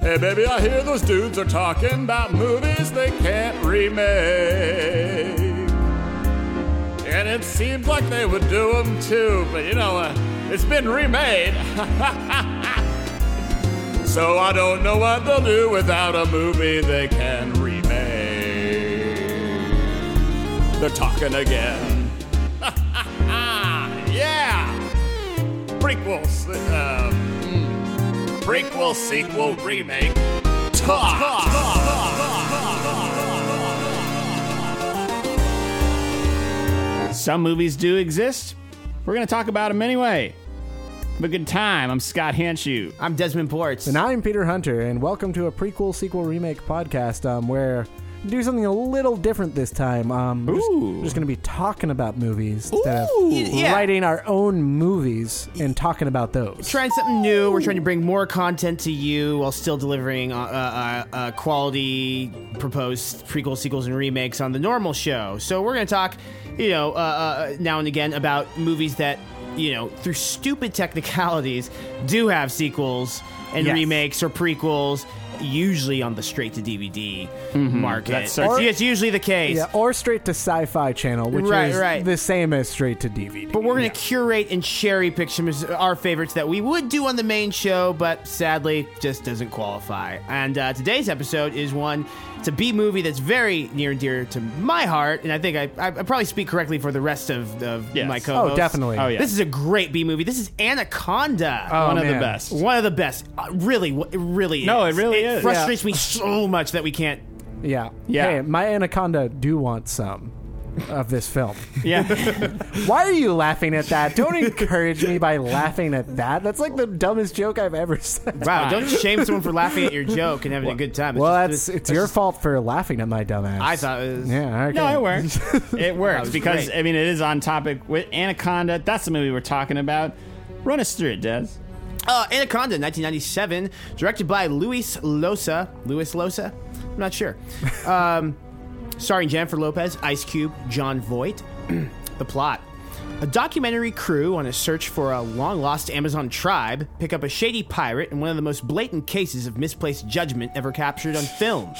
Hey, baby, I hear those dudes are talking about movies they can't remake. And it seems like they would do them too, but you know, uh, it's been remade. so I don't know what they'll do without a movie they can remake. They're talking again. yeah! Prequels. Uh, mm. prequel, sequel, remake. Talk! Some movies do exist. We're going to talk about them anyway. Have a good time. I'm Scott Hanshoe. I'm Desmond Ports. And I'm Peter Hunter, and welcome to a prequel, sequel, remake podcast um, where we do something a little different this time. Um, we're just- Ooh. We're just going to be talking about movies instead Ooh. of Yeah. writing our own movies and talking about those. trying something new. We're trying to bring more content to you while still delivering uh, uh, uh, quality proposed prequels, sequels, and remakes on the normal show. So we're going to talk, you know, uh, uh, now and again about movies that, you know, through stupid technicalities, do have sequels and Yes. remakes or prequels. Usually on the straight to DVD Mm-hmm. market. That's That's certain. it's usually the case. Yeah, or straight to Sci-Fi Channel, which Right, is right. the same as straight to DVD. But we're going to curate and cherry pick some of our favorites that we would do on the main show, but sadly just doesn't qualify. And uh, today's episode is one, it's a B movie that's very near and dear to my heart, and I think I, I, I probably speak correctly for the rest of, of Yes. my co oh, definitely. Oh, yeah. This is a great B movie. This is Anaconda. Oh, One of the man. best. One of the best. Uh, really, w- it really No, is. it really is. is. frustrates me so much that we can't. Yeah. Yeah. Hey, my anaconda do want some of this film. Yeah. Why are you laughing at that? Don't encourage me by laughing at that. That's like the dumbest joke I've ever said. Wow, don't shame someone for laughing at your joke and having a good time. It's Well, that's just- it's your fault for laughing at my dumbass. I thought it was. Yeah. Okay. No, it works. It works was because great. I mean it is on topic with Anaconda. That's the movie we're talking about. Run us through it, Des. Uh, Anaconda, 1997, directed by Luis Losa. Luis Losa? I'm not sure. Um, starring Jennifer Lopez, Ice Cube, John Voight. the plot. A documentary crew on a search for a long lost Amazon tribe pick up a shady pirate in one of the most blatant cases of misplaced judgment ever captured on film.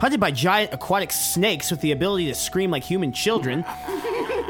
Hunted by giant aquatic snakes with the ability to scream like human children,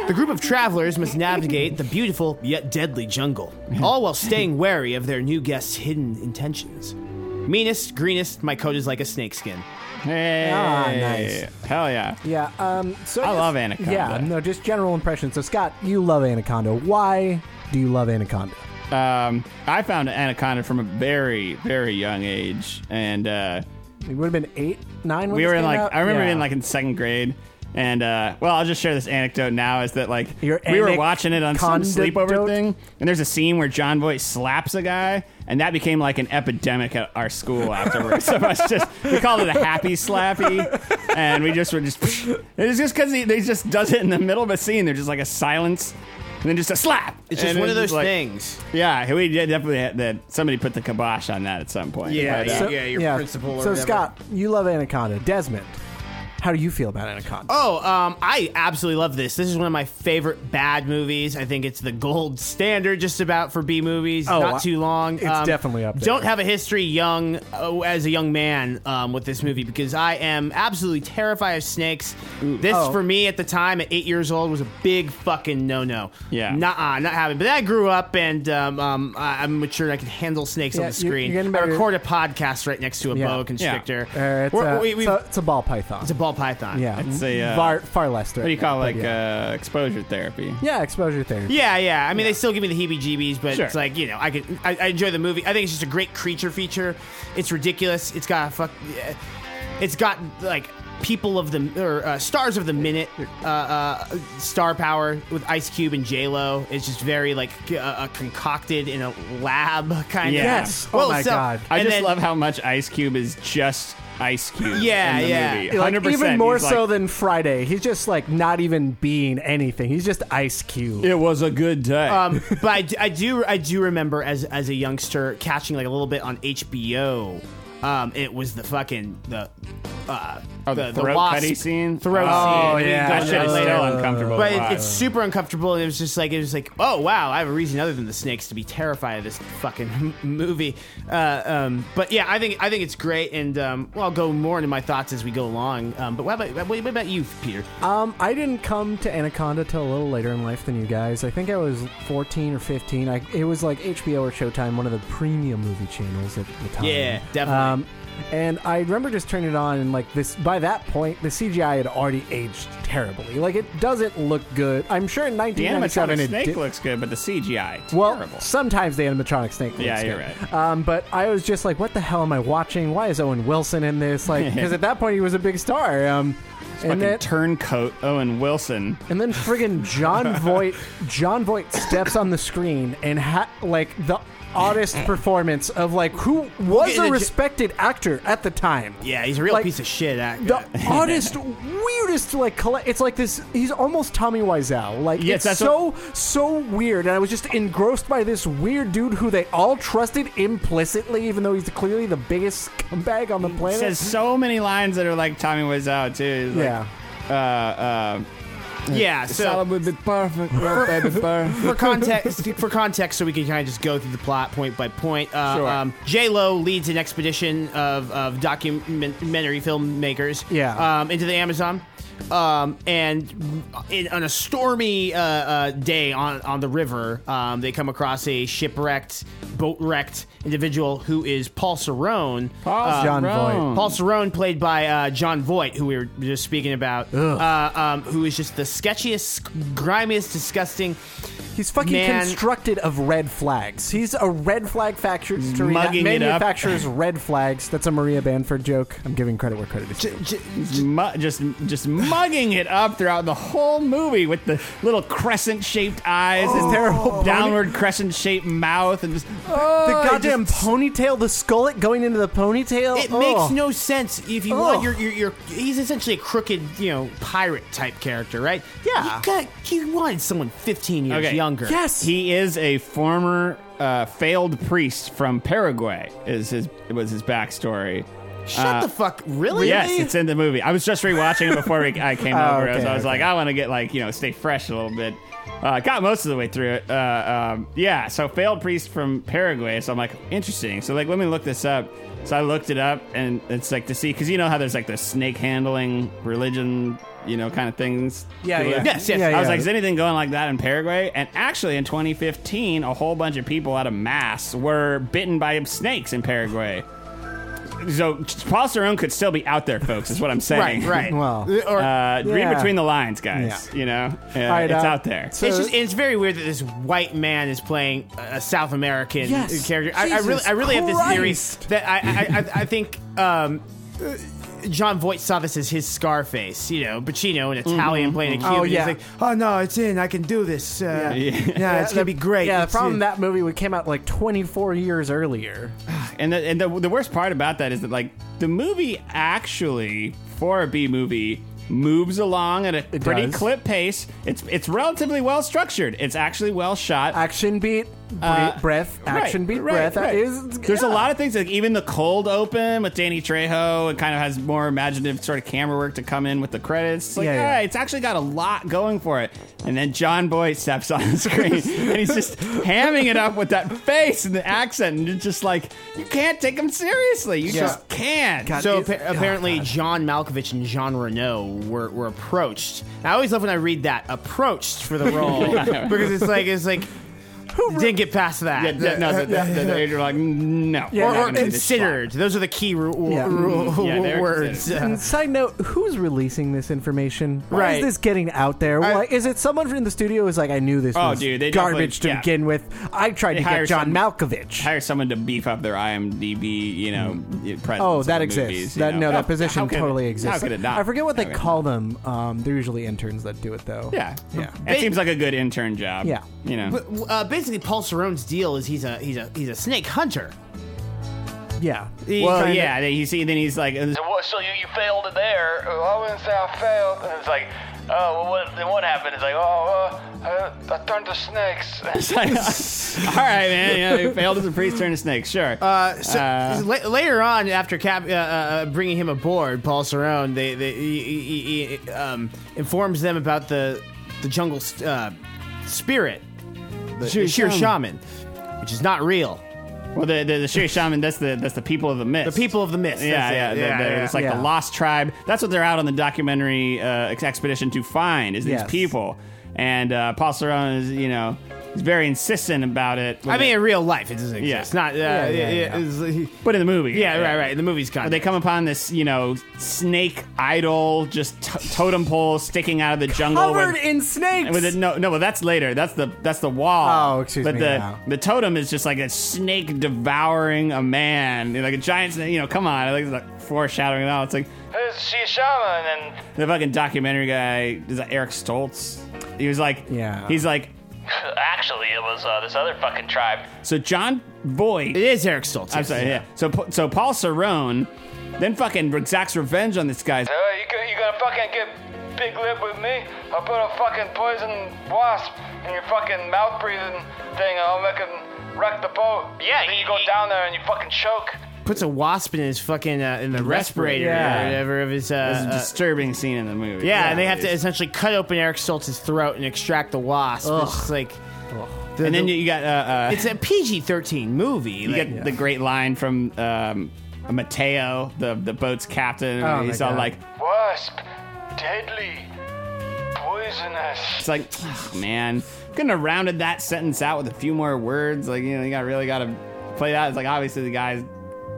the group of travelers must navigate the beautiful yet deadly jungle, all while staying wary of their new guest's hidden intentions. Meanest, greenest, my coat is like a snakeskin. Hey, Ah, nice. hell yeah! Yeah. Um. So I guess- love Anaconda. Yeah. No, just general impression. So Scott, you love Anaconda. Why do you love Anaconda? Um, I found Anaconda from a very, very young age, and uh, It would have been eight, nine. When we this were in came like out? I remember Yeah. being like in second grade. And uh, well, I'll just share this anecdote now is that like Your we were watching it on some anaconda-dote? sleepover thing, and there's a scene where John Voight slaps a guy, and that became like an epidemic at our school afterwards. so it's just we called it a happy slappy, and we just were just it's just because he, they just does it in the middle of a scene. There's just like a silence, and then just a slap. It's just And one of those like- things. Yeah, we did definitely had that somebody put the kibosh on that at some point. Yeah, But, uh, yeah, your principal or so whatever. Scott, you love Anaconda. Desmond, how do you feel about Anaconda? Oh, um, I absolutely love this. This is one of my favorite bad movies. I think it's the gold standard, just about for B movies. Oh, I- Not too long. Um, it's definitely up there. Don't have a history young uh, as a young man um, with this movie because I am absolutely terrified of snakes. This Oh. for me at the time at eight years old was a big fucking no no. Yeah. Nuh-uh, not having. But then I grew up and um, um, I- I'm mature. and I can handle snakes on Yeah, the you're- screen. you're getting I better. record a podcast right next to a Yeah. boa constrictor. Uh, it's, We're- a, we- we've- it's, a, it's a ball python. it's a ball python. yeah, It's a, uh, far far less threat. what do you call like uh, exposure therapy? yeah, exposure therapy. Yeah, yeah. I mean, they still give me the heebie-jeebies, but Sure. it's like you know, I could I, I enjoy the movie. I think it's just a great creature feature. It's ridiculous. It's got a fuck. yeah. It's got like people of the or uh, stars of the minute, uh, uh, star power with Ice Cube and J Lo. It's just very like uh, uh, concocted in a lab kind Yeah. of. Yes. Oh my God. I and just then- love how much Ice Cube is just Ice Cube. Yeah, in the yeah. Movie. Like, 100%, even more he's like, so than Friday. He's just like not even being anything. He's just Ice Cube. it was a good day. um, but I do, I do I do remember as as a youngster catching like a little bit on HBO. Um, it was the fucking the uh, Oh, the throat cutty scene. Throat oh, scene. We've yeah, that done shit that is later. still uncomfortable. But to it, watch. it's super uncomfortable, and it was just like it was like, oh wow, I have a reason other than the snakes to be terrified of this fucking movie. Uh, um, but yeah, I think I think it's great, and um, well, I'll go more into my thoughts as we go along. Um, but what about what, what about you, Peter? Um, I didn't come to Anaconda till a little later in life than you guys. I think I was 14 or 15. I, it was like HBO or Showtime, one of the premium movie channels at the time. Yeah, definitely. Um, and I remember just turning it on, and like this, by that point, the CGI had already aged terribly. Like it doesn't look good. I'm sure in the 1997 animatronic it snake did- looks good, but the CGI well, terrible. sometimes the animatronic snake. looks Yeah, you're good. Um, but I was just like, "What the hell am I watching? Why is Owen Wilson in this?" Like, because at that point he was a big star. Um, Fucking and then turncoat Owen Wilson. and then friggin' John Voight, John Voight steps on the screen and ha- like the oddest performance of like who was Getting a a j- respected actor at the time. yeah, he's a real like, piece of shit actor. The oddest, weirdest, like colle- it's like this. He's almost Tommy Wiseau. Like Yes, it's that's so so weird, and I was just engrossed by this weird dude who they all trusted implicitly, even though he's clearly the biggest scumbag on the planet. says so many lines that are like Tommy Wiseau too. He's like, yeah. Uh, uh, yeah, so would be perfect, baby for context, for context, so we can kind of just go through the plot point by point. Uh, Sure. um, J Lo leads an expedition of, of documentary filmmakers, Yeah. um, into the Amazon, um, and in, on a stormy uh, uh, day on on the river, um, they come across a shipwrecked, boat wrecked individual who is Paul Cerrone. Uh, John Paul Cerrone, played by uh, John Voight, who we were just speaking about, uh, um, who is just the sketchiest, grimiest, disgusting. He's fucking Man. constructed of red flags. He's a red flag factory Mugging it up. manufactures red flags. That's a Maria Banford joke. I'm giving credit where credit is due. Mu- just just mugging it up throughout the whole movie with the little crescent shaped eyes Oh. and terrible downward crescent shaped mouth and just The oh, goddamn just- ponytail, the skullet going into the ponytail. It Oh. makes no sense if you Oh. want. You're, you're, you're, he's essentially a crooked, you know, pirate type character, right? Yeah. You, got, you wanted someone 15 years Okay. younger. Yes. He is a former uh, failed priest from Paraguay. Is his was his backstory. Shut the fuck. Really? Uh, Yes, it's in the movie. I was just rewatching it before we, I came over. Oh, okay, so I was okay. like, I want to get like you know stay fresh a little bit. Uh, got most of the way through it. Uh, um, yeah, so failed priest from Paraguay. So I'm like, interesting. So like, let me look this up. So I looked it up, and it's like to see because you know how there's like the snake handling religion, you know, kind of things. Yeah, People- yeah. Yes, yes. Yeah, I was like, is anything going like that in Paraguay? And actually, in 2015, a whole bunch of people out of mass were bitten by snakes in Paraguay. So Paul Cerrone could still be out there, folks. Is what I'm Right, saying. right. Well. or, Uh, Yeah. Read between the lines, guys. Yeah. You know, Uh, right, it's uh, out there. so- it's just it's very weird that this white man is playing a a South American Yes. character. I, I really Jesus I really have this Christ. theory that I I, I, I think um, uh, John Voight saw this as his Scarface. You know, Pacino, an Italian playing a Cuban. Oh, yeah. He's like, oh no, it's in. I can do this. Uh, yeah. it's gonna be great. Yeah, the It's- problem that movie would came out like 24 years earlier. And the, and the, the worst part about that is that like the movie actually for a B movie moves along at a pretty does. clip pace. It's it's relatively well structured. It's actually well shot. Action beat, bre- Uh, breath, action right, beat, right, breath. right. That is, There's a yeah. lot of things like even the cold open with Danny Trejo. It kind of has more imaginative sort of camera work to come in with the credits. It's like, Yeah, yeah, yeah. it's actually got a lot going for it. And then John Boyd steps on the screen and he's just hamming it up with that face and the accent, and you're just like, you can't take him seriously. You just can't. So it's- appa- apparently, John Malkovich and Jean Renault were, were approached. And I always love when I read that approached for the role because it's like it's like who didn't get past that. Yeah, yeah, no, the, the, the, the, you're like, no, we're not or, or gonna do this considered. Those are the key ru- ru- Yeah. ru- Yeah, they're words. considered. And side note, who's releasing this information? Why Right. is this getting out there? Why, is it someone in the studio who's like, I knew this Oh, was dude, they garbage to definitely- yeah. begin with. I tried They to get hire John some- Malkovich. hire someone to beef up their IMDb, you know, presence. oh, in that the exists. movies, you that know. no, How- that position how could it- totally exists. How could it not? I forget what they How could it call them. Um, they're usually interns that do it though. Yeah, yeah. It seems like a good intern job. Yeah. you know. But, uh, basically, Paul Cerrone's deal is he's a he's a he's a snake hunter. yeah. He well, kinda- yeah. Then you see, then he's like, And what, so you, you failed it there. Oh, I wouldn't say I failed. And it's like, oh, well, what, then what happened? It's like, oh, uh, I, I turned to snakes. All right, man. Yeah, he failed as a priest, turned a snake. Sure. Uh, so la- later on, after Cap uh, uh, uh, bringing him aboard, Paul Cerrone, they, they he, he- he, um, informs them about the the jungle st- uh, spirit, the, Sure the sheer shaman. shaman, which is not real. well, the, the the Shuri shaman. That's the that's the people of the mist. The people of the mist. Yeah, that's it. yeah, the- the- It's like Yeah. the lost tribe. That's what they're out on the documentary uh, ex- expedition to find is these Yes. people. And uh, Paul Cerrone is, you know, he's very insistent about it. I mean, in real life, it doesn't exist. Yeah. It's not. Uh, Yeah, yeah, yeah, yeah. but in the movie, yeah, right, right. The movie's kind. They come upon this, you know, snake idol, just t- totem pole sticking out of the jungle. Covered with- in snakes. With it, no, no, but that's later. That's the that's the wall. Oh, excuse but me, The, yeah. the totem is just like a snake devouring a man, like a giant snake. You know, come on, like, it's like foreshadowing it all. It's like She's a shaman, and the fucking documentary guy is that Eric Stoltz. He was like, Yeah. he's like, actually, it was uh, this other fucking tribe. so John Boyd. it is Eric Stoltz. I'm sorry, yeah. So Pa- so Paul Cerrone then fucking exacts revenge on this guy. Uh, you, go- you gonna fucking get big lip with me? I'll put a fucking poison wasp in your fucking mouth breathing thing, and I'll fucking wreck the boat. Yeah, then you go down there and you fucking choke. Puts a wasp in his fucking uh, in the respirator yeah. or whatever of his. This is Uh, a uh, disturbing scene in the movie. yeah, and they have to essentially cut open Eric Stoltz's throat and extract the wasp. It's just like, the- And then the- you, you got uh, uh, it's a PG thirteen movie. You like- get the great line from um, Mateo, the the boat's captain. Oh, he's my all God. like, Wasp, deadly, poisonous. it's like, oh, man, couldn't have rounded that sentence out with a few more words. Like, you know, you got really got to play that. It's like obviously the guys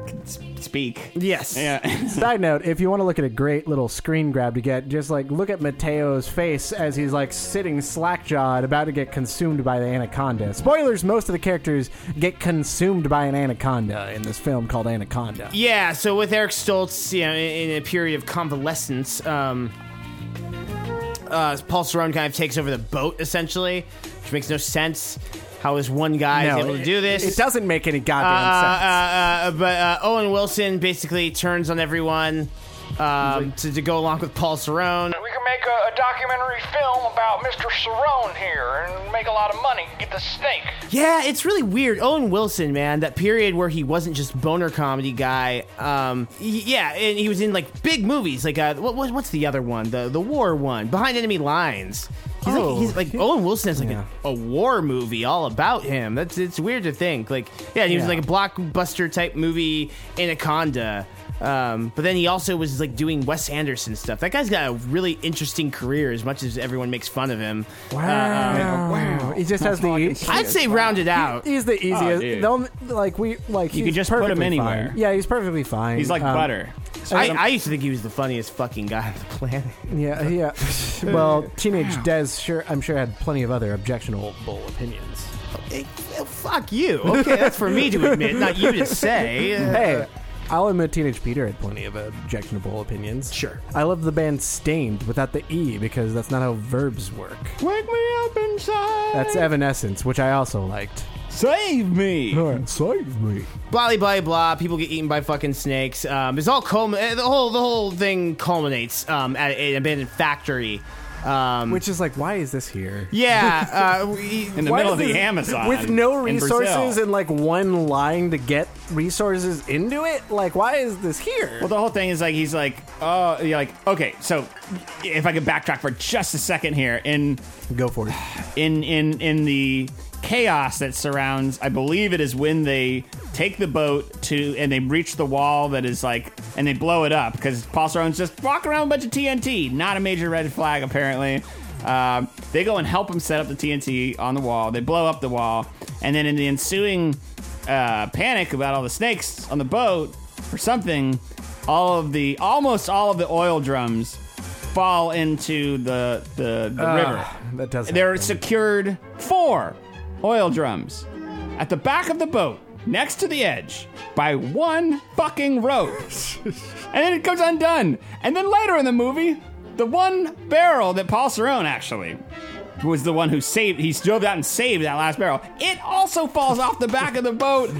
can s- speak. yes. Yeah, Side note: If you want to look at a great little screen grab to get, just like look at Mateo's face as he's like sitting slack jawed, about to get consumed by the anaconda. Spoilers: Most of the characters get consumed by an anaconda in this film called Anaconda. Yeah, so with Eric Stoltz, you know, in, in a period of convalescence, um, uh, Paul Cerrone kind of takes over the boat essentially, which makes no sense. How is one guy able to it- do this? It, doesn't make any Uh, goddamn sense. uh, uh, but uh, Owen Wilson basically turns on everyone um, to, to go along with Paul Cerrone. We can make a, a documentary film about Mr. Cerrone here and make a lot of money. Get the snake. Yeah, it's really weird. Owen Wilson, man, that period where he wasn't just boner comedy guy. Um, y- yeah, and he was in like big movies, like uh, what, what, what's the other one? The the war one, Behind Enemy Lines. He's Oh. like, he's like Owen Wilson has like Yeah. a, a war movie all about him. That's it's weird to think. Like, yeah, and he Yeah. was like a blockbuster type movie, Anaconda. Um, but then he also was like doing Wes Anderson stuff. That guy's got a really interesting career, as much as everyone makes fun of him. uh, Uh, Wow. wow. He just has the. e I'd say rounded out. He's the easiest. oh, dude. the only, like we like You he's could just put him perfectly anywhere. fine. Yeah, he's perfectly fine. he's like Um, butter. I, I used to think he was the funniest fucking guy on the planet. Yeah, yeah. well, teenage Dez sure I'm sure had plenty of other objectionable opinions. Eh, eh, Fuck you. Okay, that's for me to admit, not you to say. Uh, Hey, I'll admit teenage Peter had plenty of objectionable opinions. Sure. I love the band Stained without the E because that's not how verbs work. Wake me up inside. That's Evanescence, which I also liked. Save me. save me. Blah blah blah. People get eaten by fucking snakes. Um, it's all culmi- eh, the whole the whole thing culminates um, at an abandoned factory. Um, Which is like, why is this here? yeah, uh, we, In the Why middle of is the this- Amazon. with no in resources Brazil. and like one line to get resources into it. Like, why is this here? Well, the whole thing is like he's like, oh, you're like, okay. So, if I could backtrack for just a second here, in Go for it. in in in the chaos that surrounds i believe it is when they take the boat to and they reach the wall that is like and they blow it up because paul Cerrone's just walking around with a bunch of tnt not a major red flag apparently um, they go and help him set up the tnt on the wall they blow up the wall and then in the ensuing uh, panic about all the snakes on the boat or something all of the almost all of the oil drums fall into the the, the river Uh, That doesn't. there are happen. secured four oil drums at the back of the boat, next to the edge, by one fucking rope. and then it goes undone. And then later in the movie, the one barrel that Paul Cerrone actually was the one who saved, he drove out and saved that last barrel. It also falls off the back of the boat.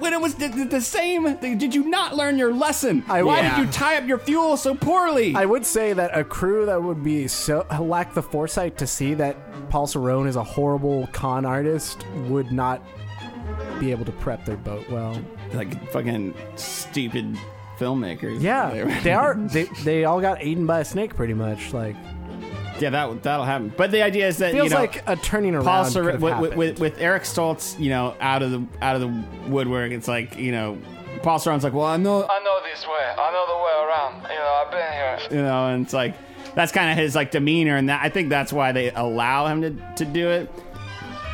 when it was the, the, the same thing. Did you not learn your lesson? Why yeah. did you tie up your fuel so poorly? I would say that a crew that would be so lack the foresight to see that Paul Cerrone is a horrible con artist would not be able to prep their boat well. like fucking stupid filmmakers. They Yeah, were- they are. They, they all got eaten by a snake, pretty much. Like yeah, that that'll happen. But the idea is that feels you know, like a turning around. Paul could Sor- have with, with, happened. with, with Eric Stoltz, you know, out of the out of the woodwork. It's like you know, Paul Sorron's like, well, I'm not, I know this way. I know the way around. You know, I've been here. you know, and it's like that's kind of his like demeanor, and that I think that's why they allow him to to do it.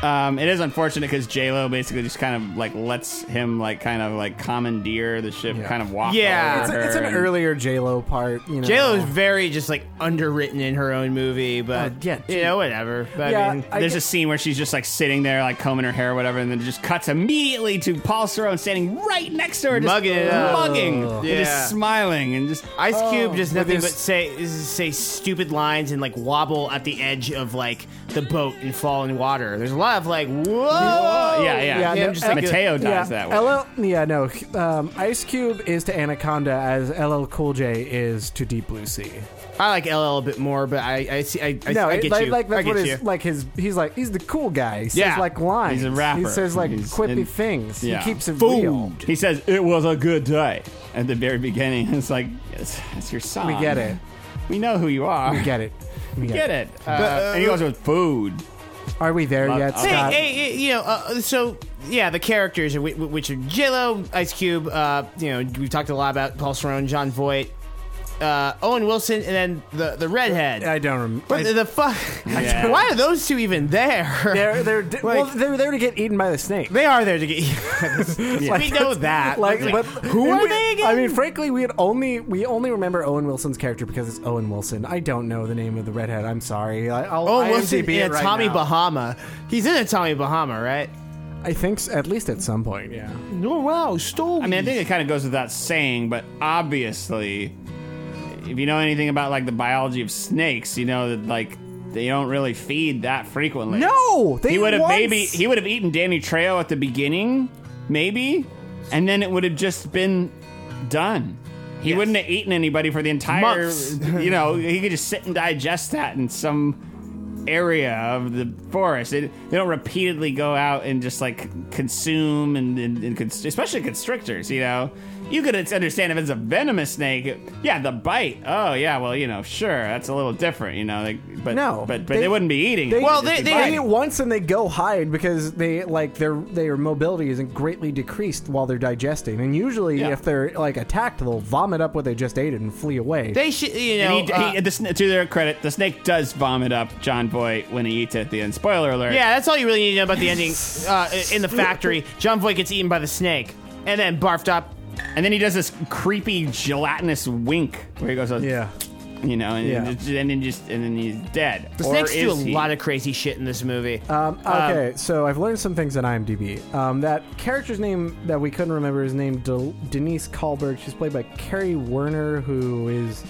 Um, it is unfortunate because J Lo basically just kind of like lets him like kind of like commandeer the ship, Yeah. kind of walk. Yeah. over it's, her it's an and- earlier J Lo part. You know, J Lo is very just like underwritten in her own movie, but Oh, yeah, you know whatever. But Yeah, I mean, I There's get- a scene where she's just like sitting there, like combing her hair or whatever, and then it just cuts immediately to Paul Sorone standing right next to her, just Mugging it up. mugging, and Yeah. just smiling, and just Oh. Ice Cube does but nothing but there's- say say stupid lines and like wobble at the edge of like the boat and fall in water. There's a lot of like whoa, yeah, yeah. Yeah, no, just like Mateo dies yeah, that way. LL, yeah, no. Um, Ice Cube is to Anaconda as LL Cool J is to Deep Blue Sea. I like LL a bit more, but I I see I, I, No, I it- get like, you. like that's I get what you. his like his he's like he's the cool guy. He says Yeah. like lines. He's a rapper. He says like He's quippy in- things. yeah. He keeps it Food. real. He says it was a good day at the very beginning. It's like it's, it's your song. We get it. We know who you are. We get it. We get, Get it. Uh, and he goes with food. Are we there Love- yet, Hey, Hey, Scott? hey, hey, you know, uh, so yeah, the characters are whi- whi- which are J-Lo, Ice Cube. Uh, you know, we've talked a lot about Paul Cerrone, John Voight, uh, Owen Wilson, and then the the redhead. I don't remember. what the, the fuck? Yeah. Why are those two even there? They're they're di- well, they're there to get eaten by the snake. They are there to get. we know that. Like, but who are we- they again? I mean, frankly, we had only we only remember Owen Wilson's character because it's Owen Wilson. I don't know the name of the redhead. I'm sorry. I, I'll Owen IMDb Wilson it in a right Tommy now. Bahama. He's in a Tommy Bahama, right? I think s- at least at some point. Yeah. No, wow, stole. I mean, I think it kind of goes without saying, but obviously, if you know anything about like the biology of snakes, you know that like they don't really feed that frequently. No, they he would have once- maybe he would have eaten Danny Trejo at the beginning, maybe, and then it would have just been done. He wouldn't have eaten anybody for the entire. Months. you know, he could just sit and digest that in some area of the forest. It, they don't repeatedly go out and just like consume and, and, and const- especially constrictors. You know, you could understand if it's a venomous snake. it- yeah, the bite. Oh yeah, well you know, sure, that's a little different. You know, like, but No, but but they- they, wouldn't be eating. They, it. Well, It'd they- be they- fine. eat it once and they go hide because they like their their mobility isn't greatly decreased while they're digesting. And usually, Yeah. if they're like attacked, they'll vomit up what they just ate and flee away. they should. You And know, he, he- uh, the sn- to their credit, the snake does vomit up John Boy when he eats it at the end. Spoiler alert. Yeah, that's all you really need to know about the ending. Uh, in the factory, John Voight gets eaten by the snake and then barfed up. And then he does this creepy gelatinous wink where he goes, like, yeah. you know, and, Yeah. and then just and then he's dead. The Or snakes do a is he? lot of crazy shit in this movie. Um, okay, so I've learned some things on IMDb. Um, that character's name that we couldn't remember is named Del- Denise Kahlberg. She's played by Carrie Werner, who is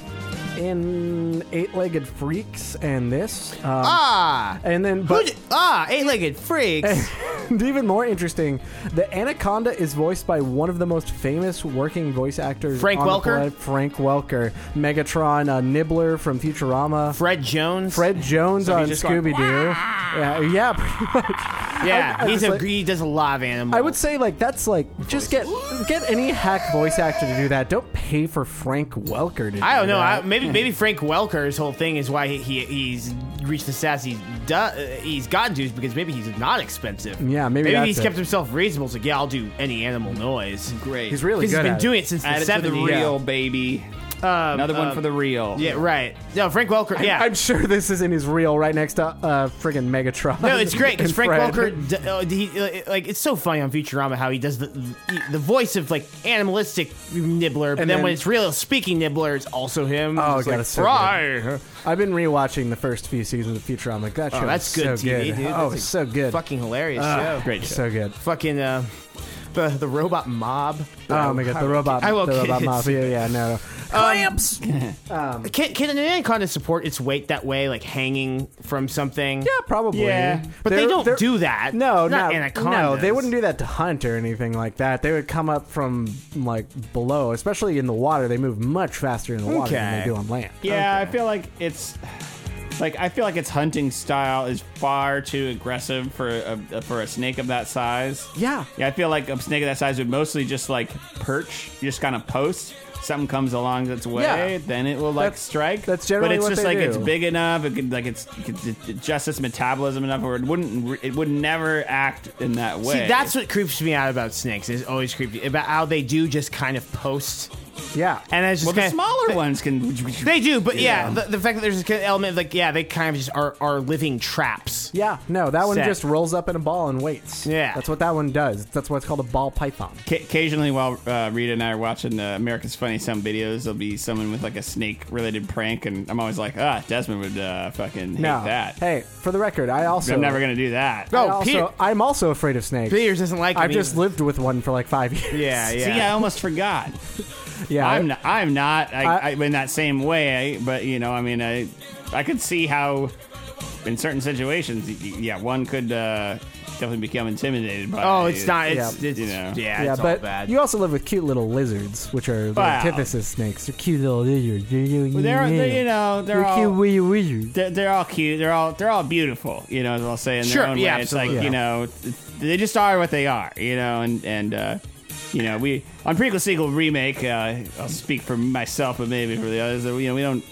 in Eight Legged Freaks and this. Um, ah, and then, who but d- ah, eight-legged freaks. even more interesting, the Anaconda is voiced by one of the most famous working voice actors. Frank on the Welker? planet, Frank Welker, Megatron, uh, Nibbler from Futurama. Fred Jones. Fred Jones he's on just going, Scooby Doo. Yeah, yeah, pretty much. yeah, I- I he's just a like- he does a lot of animals. I would say like that's like just get get any hack voice actor to do that. Don't pay for Frank Welker to. do I don't know. I, that. maybe maybe Frank Welker's whole thing is why he, he he's reached the status he's do, uh, he's gotten to is because maybe he's not expensive. Yeah, maybe that's he's it. kept himself reasonable. So yeah, I'll do any animal noise. great. He's really Because good. he's been at it. doing it since Add the it to the seventies. real baby. Um, Another one for the real. Yeah, right. No, Frank Welker. Yeah, I'm sure this isn't his reel right next to uh, friggin' Megatron. no, it's great because and Frank Fred. Welker, d- uh, he, uh, like, it's so funny on Futurama how he does the the, the voice of like animalistic nibbler, but And then, then- when it's real speaking nibbler, it's also him. Oh, It's God, like, it's so Oh, "Fry." I've been rewatching the first few seasons of Futurama. That show Oh, that's is good so TV, good. dude. Oh, That's it's a so good. Fucking hilarious show. Great show. so good. Fucking. Uh, the the robot mob. Oh my god, the robot, I will the robot kids. mafia. Yeah, no. clamps. Mm. can, can an anaconda support its weight that way, like hanging from something? Yeah, probably. Yeah. But they They're- don't they're- do that. No, not no, no, anacondas. they wouldn't do that to hunt or anything like that. They would come up from like below, especially in the water. They move much faster in the water than they Okay. do on land. Yeah, I feel like it's like I feel like its hunting style is far too aggressive for a, for a snake of that size. Yeah. yeah, I feel like a snake of that size would mostly just like perch, just kind of post. Something comes along its way, Yeah. then it will like That's- strike. that's generally but it's what just they like do. it's big enough. It could like it's it could d- adjust its metabolism enough, or it wouldn't. re- It would never act in that way. See, that's what creeps me out about snakes. Is always creepy about how they do just kind of post, Yeah. and it's just well, the kinda- smaller ones can. They do, but yeah, the, the fact that there's this kind of element of like, yeah, they kind of just are, are living traps. Yeah, no, that one Set. just rolls up in a ball and waits. Yeah. That's what that one does. That's why it's called a ball python. Ca- occasionally, while uh, Rita and I are watching uh, America's Funny Some videos, there'll be someone with like a snake related prank, and I'm always like, ah, Desmond would uh, fucking hate no. that. Hey, for the record, I also I'm never gonna do that. I No, also, Peter- I'm also afraid of snakes. Peters doesn't like. I've them just either. lived with one for like five years. yeah, yeah. Uh, See, I almost forgot. yeah. I'm not, I'm not I, I- I, in that same way, I, but you know, I mean, I I could see how in certain situations, y- y- yeah, one could uh, definitely become intimidated by. Oh, it's not. Yeah. It's, it's, You know. yeah, yeah, it's but all bad. you also live with cute little lizards, which are the Wow. antithesis snakes. They're cute little lizards. they're, they you know they're They're all cute wee lizards. they're, they're all cute. They're all they're all beautiful. You know, as I'll say in their Sure, own yeah, way. It's like absolutely. you know, th- they just are what they are. You know, and and uh, you know, we on prequel sequel remake. Uh, I'll speak for myself, but maybe for the others. that we- You know, we don't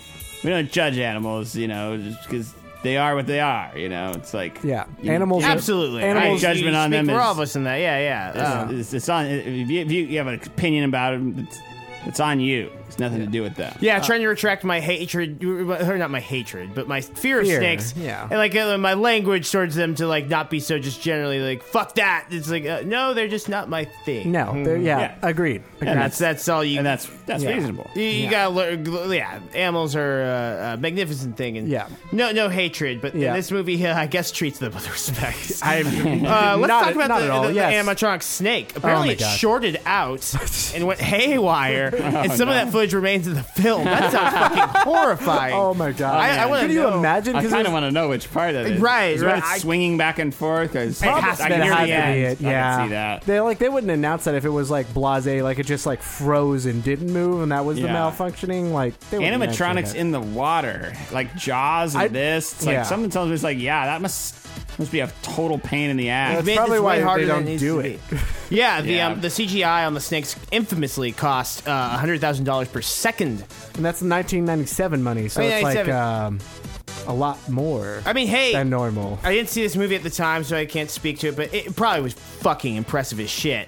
we don't judge animals. You know, just because they are what they are. You know, it's like Yeah, you- animals. are- Absolutely, animals- I- you- judgment you on speak them For is- all of us in that, yeah, yeah. Uh, It's, it's, it's on. If you, if you- you have an opinion about it, it's, it's on you. It's nothing to do with them. Yeah, trying to retract my hatred, or not my hatred, but my fear of Fear, snakes. yeah. and like uh, my language towards them to like not be so just generally like fuck that. It's like uh, no, they're just not my thing. No, they're, yeah, Hmm, Yeah. agreed. agreed. and that's that's all you. and that's that's Yeah. reasonable. you, you yeah. gotta learn. Yeah, animals are uh, a magnificent thing, and Yeah. no no hatred. But Yeah. this movie, uh, I guess, treats them with respect. I, Uh, let's Not talk at- about not the, at all, the- the yes. Oh animatronic snake. Apparently, my Oh it God. shorted out and went haywire, and some of no. that footage remains in the film. That sounds fucking horrifying. oh my god! I- I wanna Could you know- imagine? I 'Cause kind it of was- want to know which part that is. Right, is when right, It's I- swinging back and forth. It has I to can be- hear it the has to end. be it, yeah. I can see that. They like they wouldn't announce that if it was like blase, like it just like froze and didn't move, and that was the Yeah. malfunctioning. Like they wouldn't announce Animatronics that. in the water, like Jaws and I- this. It's like yeah. something tells me it's like, yeah, that must must be a total pain in the ass. That's probably it's why way they harder than don't needs do to it. be. Yeah, the Yeah. Um, the CGI on the snakes infamously cost uh, hundred thousand dollars per second. and that's 1997 money, so it's like 1997. um, a lot more I mean, hey, than normal. I didn't see this movie at the time, so I can't speak to it. But it probably was fucking impressive as shit.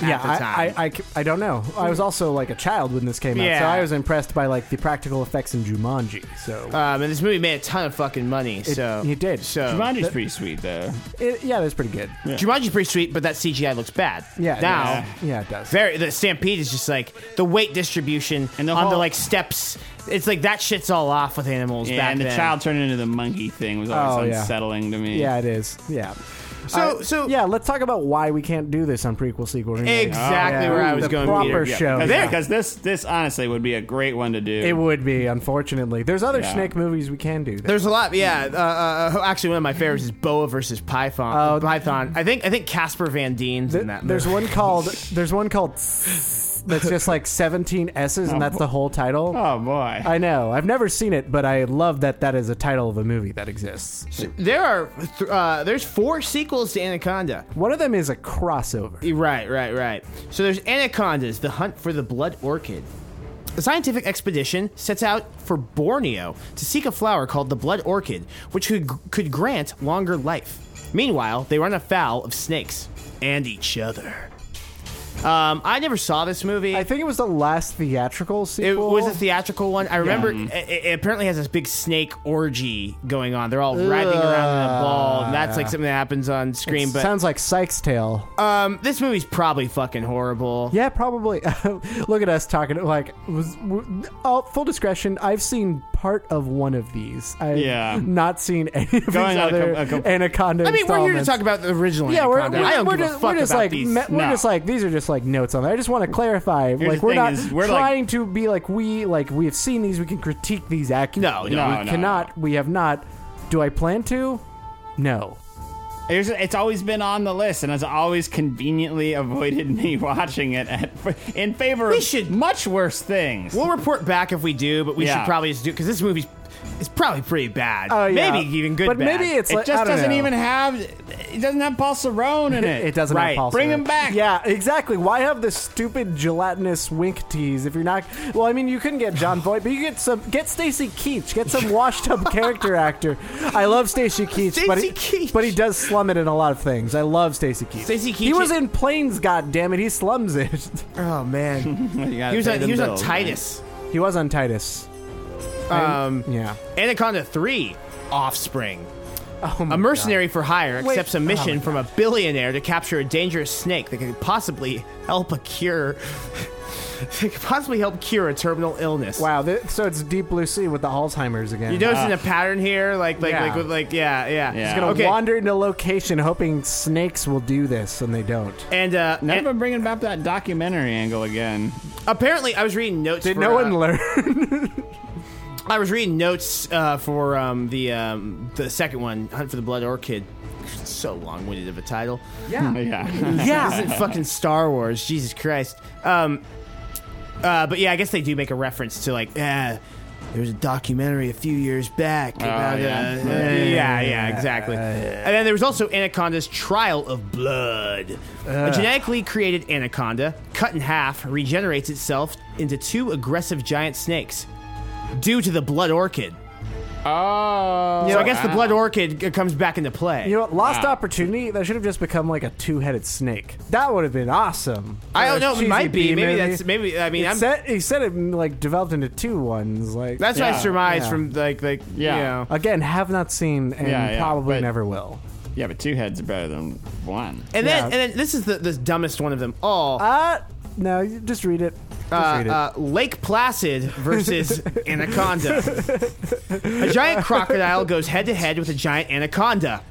At yeah, the I, time. I, I c- I don't know. I was also like a child when this came out, so Yeah. I was impressed by like the practical effects in Jumanji. So um, and this movie made a ton of fucking money. so it did. So Jumanji's pretty sweet though. it, yeah, that's pretty good. Yeah, Jumanji's pretty sweet, but that CGI looks bad. it now. does. yeah, it does. Very the stampede is just like the weight distribution And the on the whole- like steps. It's like that shit's all off with animals Yeah, back and the then. child turning into the monkey thing was Oh, always yeah. unsettling to me. yeah, it is. Yeah. So- Uh, so- yeah, let's talk about why we can't do this on prequel sequel. remake. Exactly Oh, where yeah. I was The going. proper Peter. shit. Yeah, show, because, yeah. because this this honestly would be a great one to do. It would be, unfortunately. There's other Yeah. snake movies we can do. Though. There's a lot, yeah. Uh, uh, actually, one of my favorites is Boa versus Python. Oh. Python. I think I think Casper Van Dien's in that. There's movie. one called There's one called that's just like 17 S's and that's Um, the whole title. Oh boy. I know. I've never seen it, but I love that that is a title of a movie that exists. There are th- uh, there's four sequels to Anaconda. Eh, One of them is a crossover. Right, right, right. So there's Anacondas, the hunt for the blood orchid. A scientific expedition sets out for Borneo to seek a flower called the blood orchid, which could, could grant longer life. Meanwhile, they run afoul of snakes and each other. Um, I never saw this movie. I think it was the last theatrical It sequel. was a theatrical one. I remember it, it apparently has this big snake orgy going on. They're all writhing around in a ball, and that's like something that happens on screen. but Sounds like Sykes Tale. Uh, um, this movie's probably fucking horrible. Yeah, probably. Look at us talking like was, w- all, full discretion. I've seen part of one of these. I've Yeah. not seen any of Going these on a other com- a com- Anaconda. I mean, we're here to installments. talk about the original. Yeah, we're, Anaconda. we're, I don't we're give just, a we're fuck just about like these. me- we're No. just like these are just like notes on there. I just want to clarify, the like we're thing not is, we're, like- trying to be like we like we have seen these. We can critique these accurately. No, we no, no, cannot. We have not. Do I plan to? No. There's- it's always been on the list and has always conveniently avoided me watching it at, in favor We of should- much worse things. We'll report back if we do, but we Yeah. should probably just do because this movie's it's probably pretty bad. Oh, yeah. Maybe even good. But bad. maybe it's it like, I just don't doesn't know. even have. It doesn't have Paul Cerrone in it. It doesn't Right. have pulse. Bring in him it. back. Yeah, exactly. Why have this stupid gelatinous wink tease if you're not? Well, I mean, you couldn't get John Voight, but you get some. Get Stacy Keach. Get some washed-up character actor. I love Stacy Keach, but he, Stacey Keach. but he does slum it in a lot of things. I love Stacy Keach. Stacey Keach- He was in Planes. God damn it, he slums it. oh man, You gotta he was pay on, them he was on bills, man. Titus. he was on Titus. Um, Yeah. Anaconda Three, Offspring. Oh a mercenary for hire accepts a mission from a billionaire to capture a dangerous snake that could possibly help a cure. that could possibly help cure a terminal illness. Wow. Th- so it's Deep Blue Sea with the Alzheimer's again. You noticing a pattern here? Like, like, Yeah. like, with, like, yeah, yeah. Yeah. He's gonna okay. wander into location hoping snakes will do this, and they don't. And, uh, None and of them bringing back that documentary angle again. apparently, I was reading notes. Did for, no uh, one learn? I was reading notes uh, for um, the um, the second one, Hunt for the Blood Orchid. So long-winded of a title. Yeah. Yeah, this isn't fucking Star Wars. Jesus Christ. Um, uh, but yeah, I guess they do make a reference to like, uh, there was a documentary a few years back about, Oh, yeah. uh, yeah, yeah, exactly. Uh, and then there was also Anaconda's Trial of Blood. a genetically created anaconda, cut in half, regenerates itself into two aggressive giant snakes, due to the blood orchid. oh. So I guess the blood orchid uh, comes back into play. You know, what? lost opportunity. That should have just become like a two-headed snake. That would have been awesome. I don't Or a know. It cheesy might be. B Maybe movie. that's maybe. I mean, It I'm said, he said it like developed into two ones. Like That's what I Yeah, surmise yeah. Uh, from like like Yeah. you know. again, have not seen and Yeah, yeah, probably but- never will. Yeah, but two heads are better than one. And then Yeah. and then this is the, the dumbest one of them all. Uh no, you just read it. Just Uh, read it. uh, Lake Placid versus Anaconda. A giant crocodile goes head to head with a giant anaconda.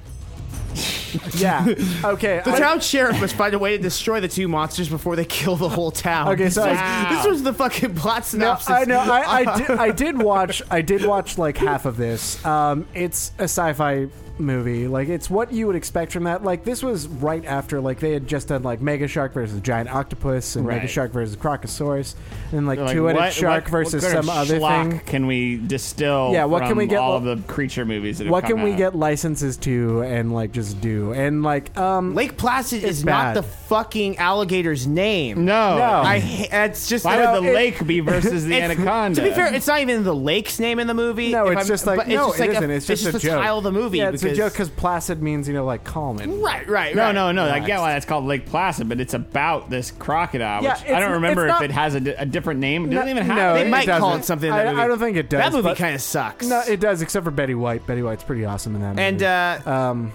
yeah. Okay. The I- town sheriff must find a way to destroy the two monsters before they kill the whole town. Okay, so- this, was- Wow. this was the fucking plot No, synopsis. I know. I, I, did, I did watch. I did watch like half of this. Um, it's a sci-fi movie. Like it's what you would expect from that. Like this was right after like they had just done like Mega Shark versus Giant Octopus and Right. Mega Shark versus Crocosaurus and like, Like, Two-Headed what- Shark what- versus what kind of some other schlock thing. Can we distill? Yeah, what from can we get- All the creature movies. That have What come can we out? get licenses to and like just do and like um Lake Placid is bad. not the fucking alligator's name. No. No. I. ha- It's just Why No, would the it- lake be versus the It's- anaconda? To be fair, it's not even the lake's name in the movie. no, if it's I'm- just like but no, like it isn't. A, it's just a the joke. style of the movie. Yeah, it's because- a joke because placid means you know like calm and Right, right, No, right. no, no. I get why that's called Lake Placid, but it's about this crocodile, Yeah, which it's- I don't remember it's if not- it has a, di- a different name. It No, doesn't even have. no, a They name. might doesn't. call it something. in I- that movie. I don't think it does, That movie but- kind of sucks. No, it does, except for Betty White. Betty White's pretty awesome in that movie. and uh, um,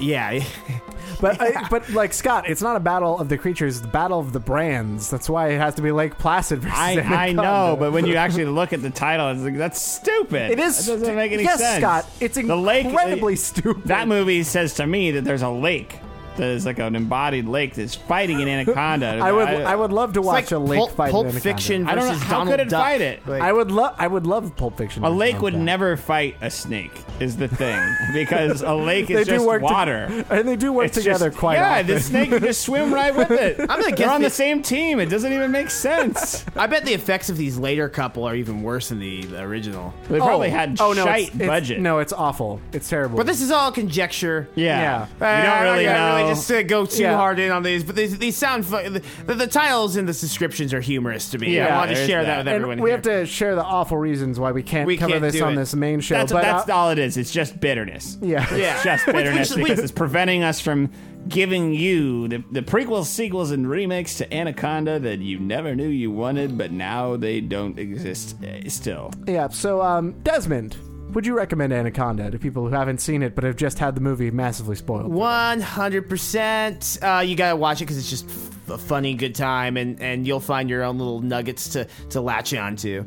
yeah, but I, but like Scott, it's not a battle of the creatures; it's the battle of the brands. That's why it has to be Lake Placid versus. I, I Anaconda. know, but when you actually look at the title, it's like that's stupid. it is That doesn't make any yes, sense. Scott, it's The lake- uh, incredibly stupid. That movie says to me that there's a lake that is like an embodied lake that's fighting an anaconda. I would I, would love to it's watch like a lake Pulp, fight. an Pulp Anaconda. Fiction I versus don't know how Donald could it Duck. fight it? Like, I would love I would love Pulp Fiction. A versus lake Donald would Duck. never fight a snake. Is the thing because a lake They is do just work to- water. and they do work It's together just- quite yeah, often. the snake can just swim right with it. I'm gonna guess They're on the- the same team. It doesn't even make sense. I bet the effects of these later couple are even worse than the, the original. They probably had oh no, it's- shite it's- budget. No, it's awful. It's terrible. But this is all conjecture. yeah. Eh, Uh, You don't really I gotta know. really just uh, go too Yeah. hard in on these, but these, these sound fu- the, the, the titles and the descriptions are humorous to me. I Yeah, want to there's share that, that. with and everyone. we here. have to share the awful reasons why we can't We cover can't this do on it. this main show. that's but that's uh, all it is. It's just bitterness. yeah. Yeah. It's just bitterness Which- which- because it's preventing us from giving you the, the prequels, sequels, and remakes to Anaconda that you never knew you wanted, but now they don't exist uh, still. Yeah, so um, Desmond, would you recommend Anaconda to people who haven't seen it but have just had the movie massively spoiled? One hundred percent. uh, You gotta watch it because it's just f- a funny, good time, and and you'll find your own little nuggets to to latch onto.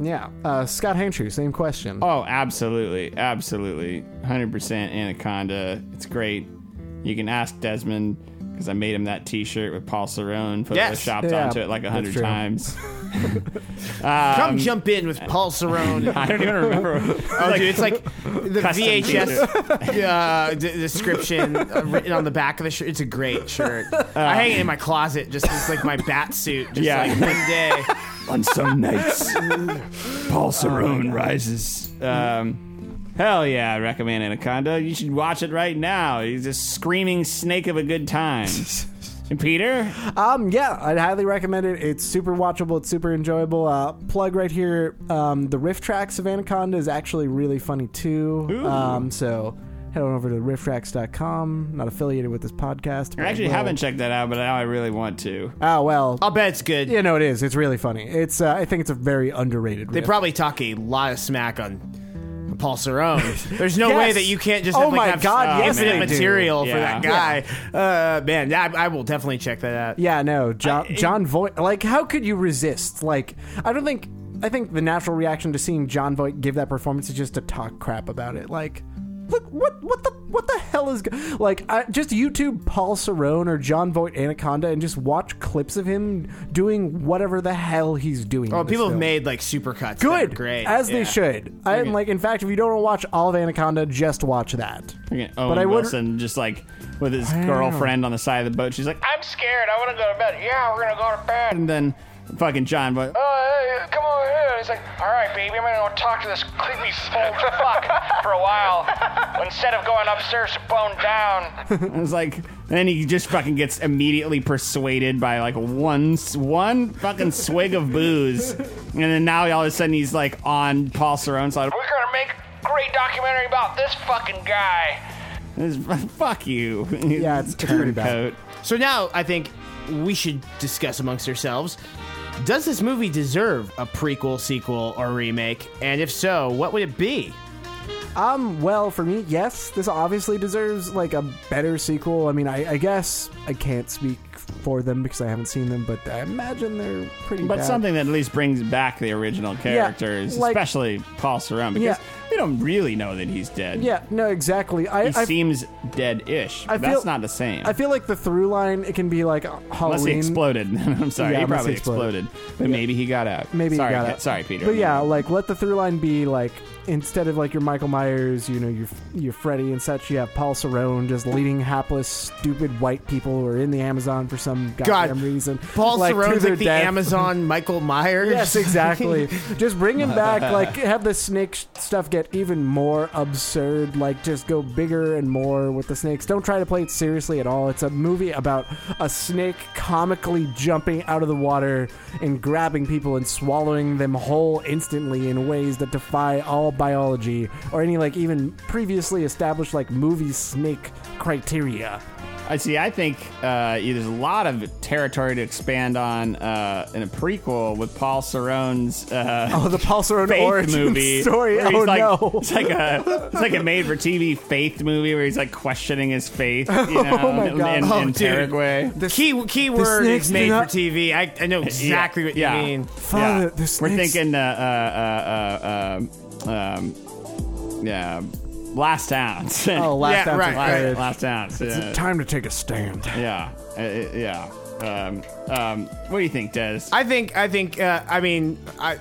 Yeah. Uh, Scott Hantrew, same question. Oh, absolutely, absolutely, hundred percent Anaconda. It's great. You can ask Desmond because I made him that T-shirt with Paul Cerrone. Put Yes. the shops Yeah, onto it like a that's hundred true. times. Come jump in with Paul Cerrone. Um, I don't even remember. Oh, dude, it's like the Custom VHS uh, d- description uh, written on the back of the shirt. It's a great shirt. I hang it in my closet just as like my bat suit. Just Uh, Yeah. like one day. on some nights. Paul Cerrone rises. Oh Um, hell yeah, I recommend Anaconda. You should watch it right now. He's a screaming snake of a good time. And Peter, Um, yeah, I'd highly recommend it. It's super watchable. It's super enjoyable. Uh, plug right here. Um, the riff tracks of Anaconda is actually really funny too. Um, so head on over to rifftracks.com. Not affiliated with this podcast. I but actually we'll- haven't checked that out, but now I really want to. Oh well. I'll bet it's good. yeah, no, it is. It's really funny. It's. Uh, I think it's a very underrated. They riff. probably talk a lot of smack on Paul Cerrone. There's no Yes. way that you can't just Oh have, like, my have God, uh, yes, infinite they do. material for Yeah. that guy. Uh, man, I, I will definitely check that out. Yeah, no, John John Voight. Like, how could you resist? Like, I don't think. I think the natural reaction to seeing John Voight give that performance is just to talk crap about it. Like, look what what the what the hell is go- like? I, just YouTube Paul Cerrone or John Voight Anaconda and just watch clips of him doing whatever the hell he's doing. Oh, in this people have film. made like supercuts. that are good, great, as Yeah. they should. I am like, in fact, if you don't want to watch all of Anaconda, just watch that. Owen but I would- Wilson just like with his girlfriend on the side of the boat. She's like, I'm scared. I want to go to bed. Yeah, we're gonna go to bed. and then fucking John, but Oh, hey, come over here. He's like, all right, baby, I'm gonna go talk to this creepy old fuck for a while. Instead of going upstairs to bone down. I was like, and then he just fucking gets immediately persuaded by like one s- one fucking swig of booze, and then now all of a sudden he's like on Paul Cerrone's side. We're gonna make a great documentary about this fucking guy. It's- Fuck you. Yeah, it's- it's pretty bad. turncoat. So now I think we should discuss amongst ourselves. Does this movie deserve a prequel, sequel, or remake? And if so, what would it be? Um, well, for me, yes, this obviously deserves like a better sequel. I mean, I, I guess I can't speak for them because I haven't seen them, but I imagine they're pretty. But bad. something that at least brings back the original characters, like- especially Paul Cerrone, Yeah. because we don't really know that he's dead. Yeah, no, exactly. I, He I, seems dead-ish. I but That's feel- not the same. I feel like the through line it can be like Halloween. Unless he exploded. I'm sorry. Yeah, he unless probably he exploded. exploded. But maybe he got out. Maybe sorry, you got Pe- it. Sorry, Peter. But yeah, like let the through line be like instead of like your Michael Myers, you know, your your Freddy and such, you have Paul Cerrone just leading hapless, stupid white people who are in the Amazon for some goddamn reason. Paul like, to Cerrone's their like the death. Amazon Michael Myers. Yes, exactly. just bring him back. Like, have the snake sh- stuff get even more absurd. Like, just go bigger and more with the snakes. Don't try to play it seriously at all. It's a movie about a snake comically jumping out of the water and grabbing people and swallowing them whole instantly in ways that defy all biology or any, like, even previously established, like, movie snake criteria. I see. I think uh, there's a lot of territory to expand on uh, in a prequel with Paul Cerrone's uh, Oh, the Paul Cerrone faith origin movie. story. where he's Oh, like, no. It's like a it's like a made-for-TV faith movie where he's like questioning his faith. You know, my in, God. in, Oh, in dude. Paraguay. The key key word snakes is do made not- for TV. I, I know exactly Yeah. what you Yeah. mean. Father, the We're snakes- thinking, uh, uh, uh, uh, um, yeah, Last Downs. Oh, last Yeah, ounce right, of right. courage. Last Downs. Yeah, Time to take a stand. yeah, Uh, uh, yeah. Um, um, what do you think, Des? I think I think uh, I mean I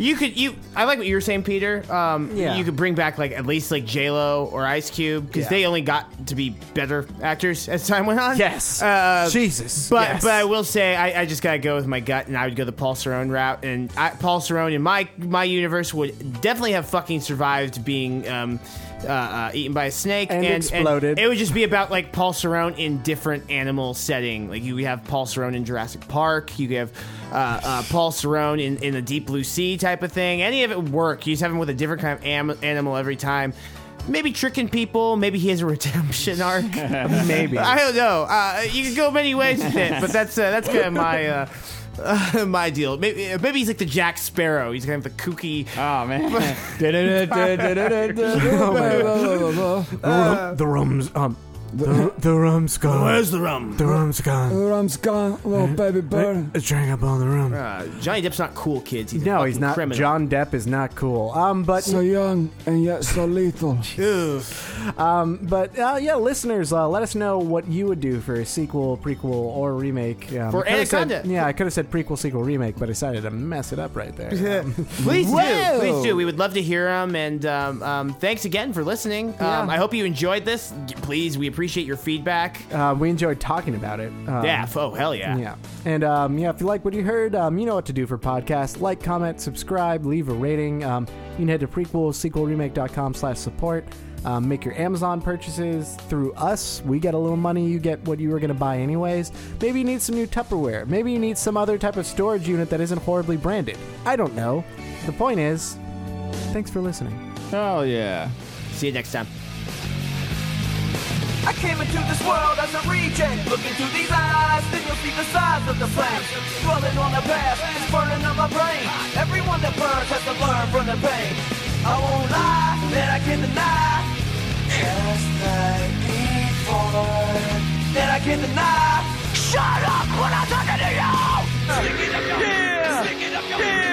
you could you I like what you were saying, Peter. Um, Yeah. you could bring back like at least like J Lo or Ice Cube because Yeah. they only got to be better actors as time went on. Yes. uh, Jesus. But Yes. but I will say I, I just gotta go with my gut, and I would go the Paul Cerrone route. And I, Paul Cerrone in my my universe would definitely have fucking survived being um, uh, uh, eaten by a snake And exploded. it would just be about like Paul Cerrone in different animal setting. Like you could have Paul Cerrone in Jurassic Park. You could have uh, uh, Paul Cerrone in in the deep blue sea type of thing. Any of it would work. You just have him with a different kind of am- animal every time. Maybe tricking people. Maybe he has a redemption arc. Maybe. I don't know. Uh, you can go many ways with it, but that's uh, that's kind of my uh, uh, my deal. Maybe uh, maybe he's like the Jack Sparrow. He's kind of the kooky. Ah. oh man. uh, oh my God. the, rum- the rum's um The, The rum's gone. Where's the rum? the rum's gone. the rum's gone, little baby bird. drank up on the rum. Uh, Johnny Depp's not cool, kids. He's a no, he's fucking not. Criminal. John Depp is not cool. Um, but So young and yet so lethal. Ugh. But uh, yeah, listeners, uh, let us know what you would do for a sequel, prequel, or remake. Um, For I could've said- Anaconda. yeah, I could have said prequel, sequel, remake, but I decided to mess it up right there. Um, Please Whoa. do. Please do. We would love to hear them. And um, um, thanks again for listening. Um, I hope you enjoyed this. G- Please, we appreciate your feedback. uh, we enjoyed talking about it. Um, yeah. f- Oh, hell yeah. Yeah. And um, yeah, if you like what you heard, um, you know what to do for podcasts. Like, comment, subscribe, leave a rating. Um, you can head to prequelsequelremake.com slash support. Um, make your Amazon purchases through us. We get a little money. You get what you were going to buy anyways. Maybe you need some new Tupperware. Maybe you need some other type of storage unit that isn't horribly branded. I don't know. The point is, thanks for listening. Hell yeah. See you next time. I came into this world as a reject. Look into these eyes, then you'll see the size of the flames. Dwelling on the past, it's burning on my brain. Everyone that burns has to learn from the pain. I won't lie, that I can deny. Just like before, that I can deny. Shut up! What I done to you? Stick it up your yeah. Stick it up your yeah.